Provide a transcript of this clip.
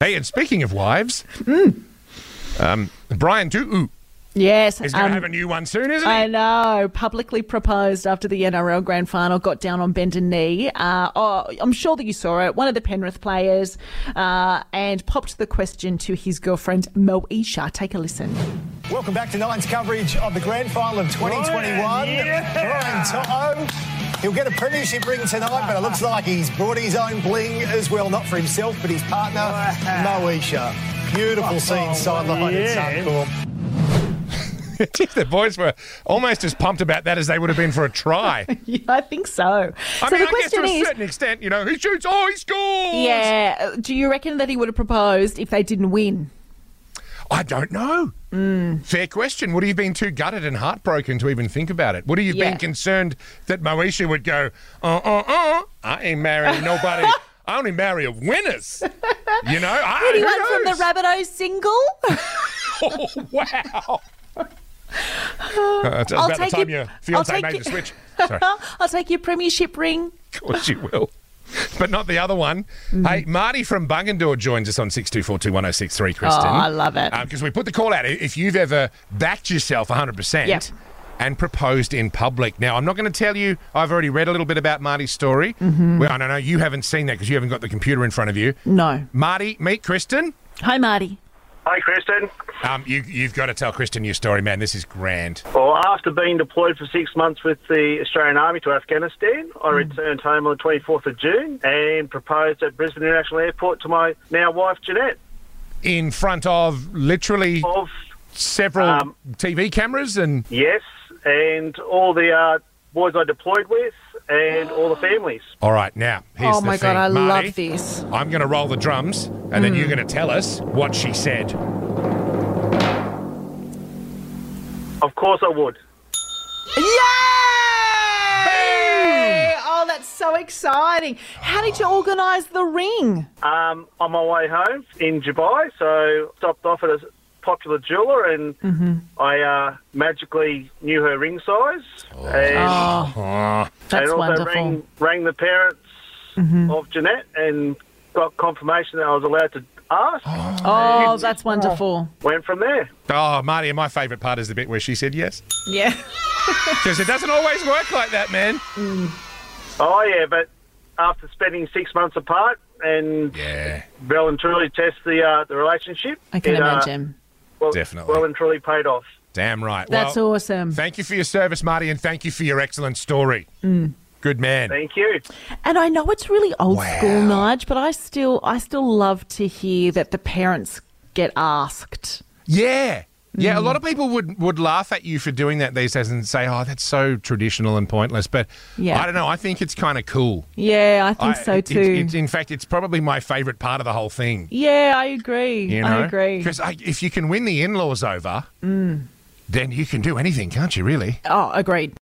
Hey, and speaking of wives, um, Brian Tu'u Yes, is going to um, have a new one soon, isn't he? I know. Publicly proposed after the NRL Grand Final, got down on bended knee. Uh, oh, I'm sure that you saw it. One of the Penrith players uh, and popped the question to his girlfriend Moesha. Take a listen. Welcome back to Nine's coverage of the grand final of 2021. Brian, yeah. Brian Toto. He'll get a premiership ring tonight, but it looks like he's brought his own bling as well, not for himself, but his partner, Wow. Moesha. Beautiful scene sideline yeah. at Suncorp. the boys were almost as pumped about that as they would have been for a try. Yeah, I think so. I so mean, the I guess to question a is. certain extent, you know, he shoots, oh, he scores! yeah, uh, do you reckon that he would have proposed if they didn't win? I don't know. Mm. Fair question. Would he have been too gutted and heartbroken to even think about it? Would he have Yeah. been concerned that Moesha would go, uh, uh, uh, I ain't marrying nobody. I only marry of winners. You know? I, who Anyone from knows? the Rabbitohs single? Oh, wow. That's Uh, about the take time your- your I'll fiance take made your- the switch. Sorry, of I'll take your premiership ring. course you will. But not the other one. Mm-hmm. Hey, Marty from Bungendore joins us on 62421063, Kristen. Oh, I love it. Because we put the call out. If you've ever backed yourself 100% Yep. and proposed in public. Now, I'm not going to tell you, I've already read a little bit about Marty's story. Mm-hmm. Well, I don't know, you haven't seen that because you haven't got the computer in front of you. No. Marty, meet Kristen. Hi, Marty. Hi, Kristen. Um, you, you've got to tell Kristen your story, man. This is grand. Well, after being deployed for six months with the Australian Army to Afghanistan, I returned home on the 24th of June and proposed at Brisbane International Airport to my now wife, Jeanette, In front of literally of, several Um, TV cameras and yes, and all the uh, boys I deployed with and all the families. all right now here's oh the my thing. god, I Marty, love Mm. this. I'm going to roll the drums and then you're going to tell us what she said. Of course I would. Yay! Oh, that's so exciting. How did you organise the ring? Um, on my way home in Dubai, so stopped off at a popular jeweller and I uh, magically knew her ring size. And Oh, That's and also wonderful. Mm-hmm. rang rang the parents of Jeanette and got confirmation that I was allowed to ask. Oh, that's wonderful. Went from there. oh Marty, my favourite part is the bit where she said yes Yeah. because it doesn't always work like that, man. Oh yeah, but after spending six months apart and Yeah, well and truly test the uh, the relationship, I can it, uh, imagine. well, Definitely. well and truly paid off. damn right. That's well, awesome. Thank you for your service, Marty, and thank you for your excellent story. Mm. Good man. Thank you. and I know it's really old Wow. school, Nige, but I still I still love to hear that the parents get asked. Yeah. Yeah, a Mm. lot of people would, would laugh at you for doing that these days and say, oh, that's so traditional and pointless. But Yeah. I don't know. I think it's kind of cool. Yeah, I think I- so it- too. it- it's- in fact, it's probably my favourite part of the whole thing. yeah, I agree. You know? I agree. Mm. Because if you can win the in laws over, then you can do anything, can't you, really? Oh, agreed.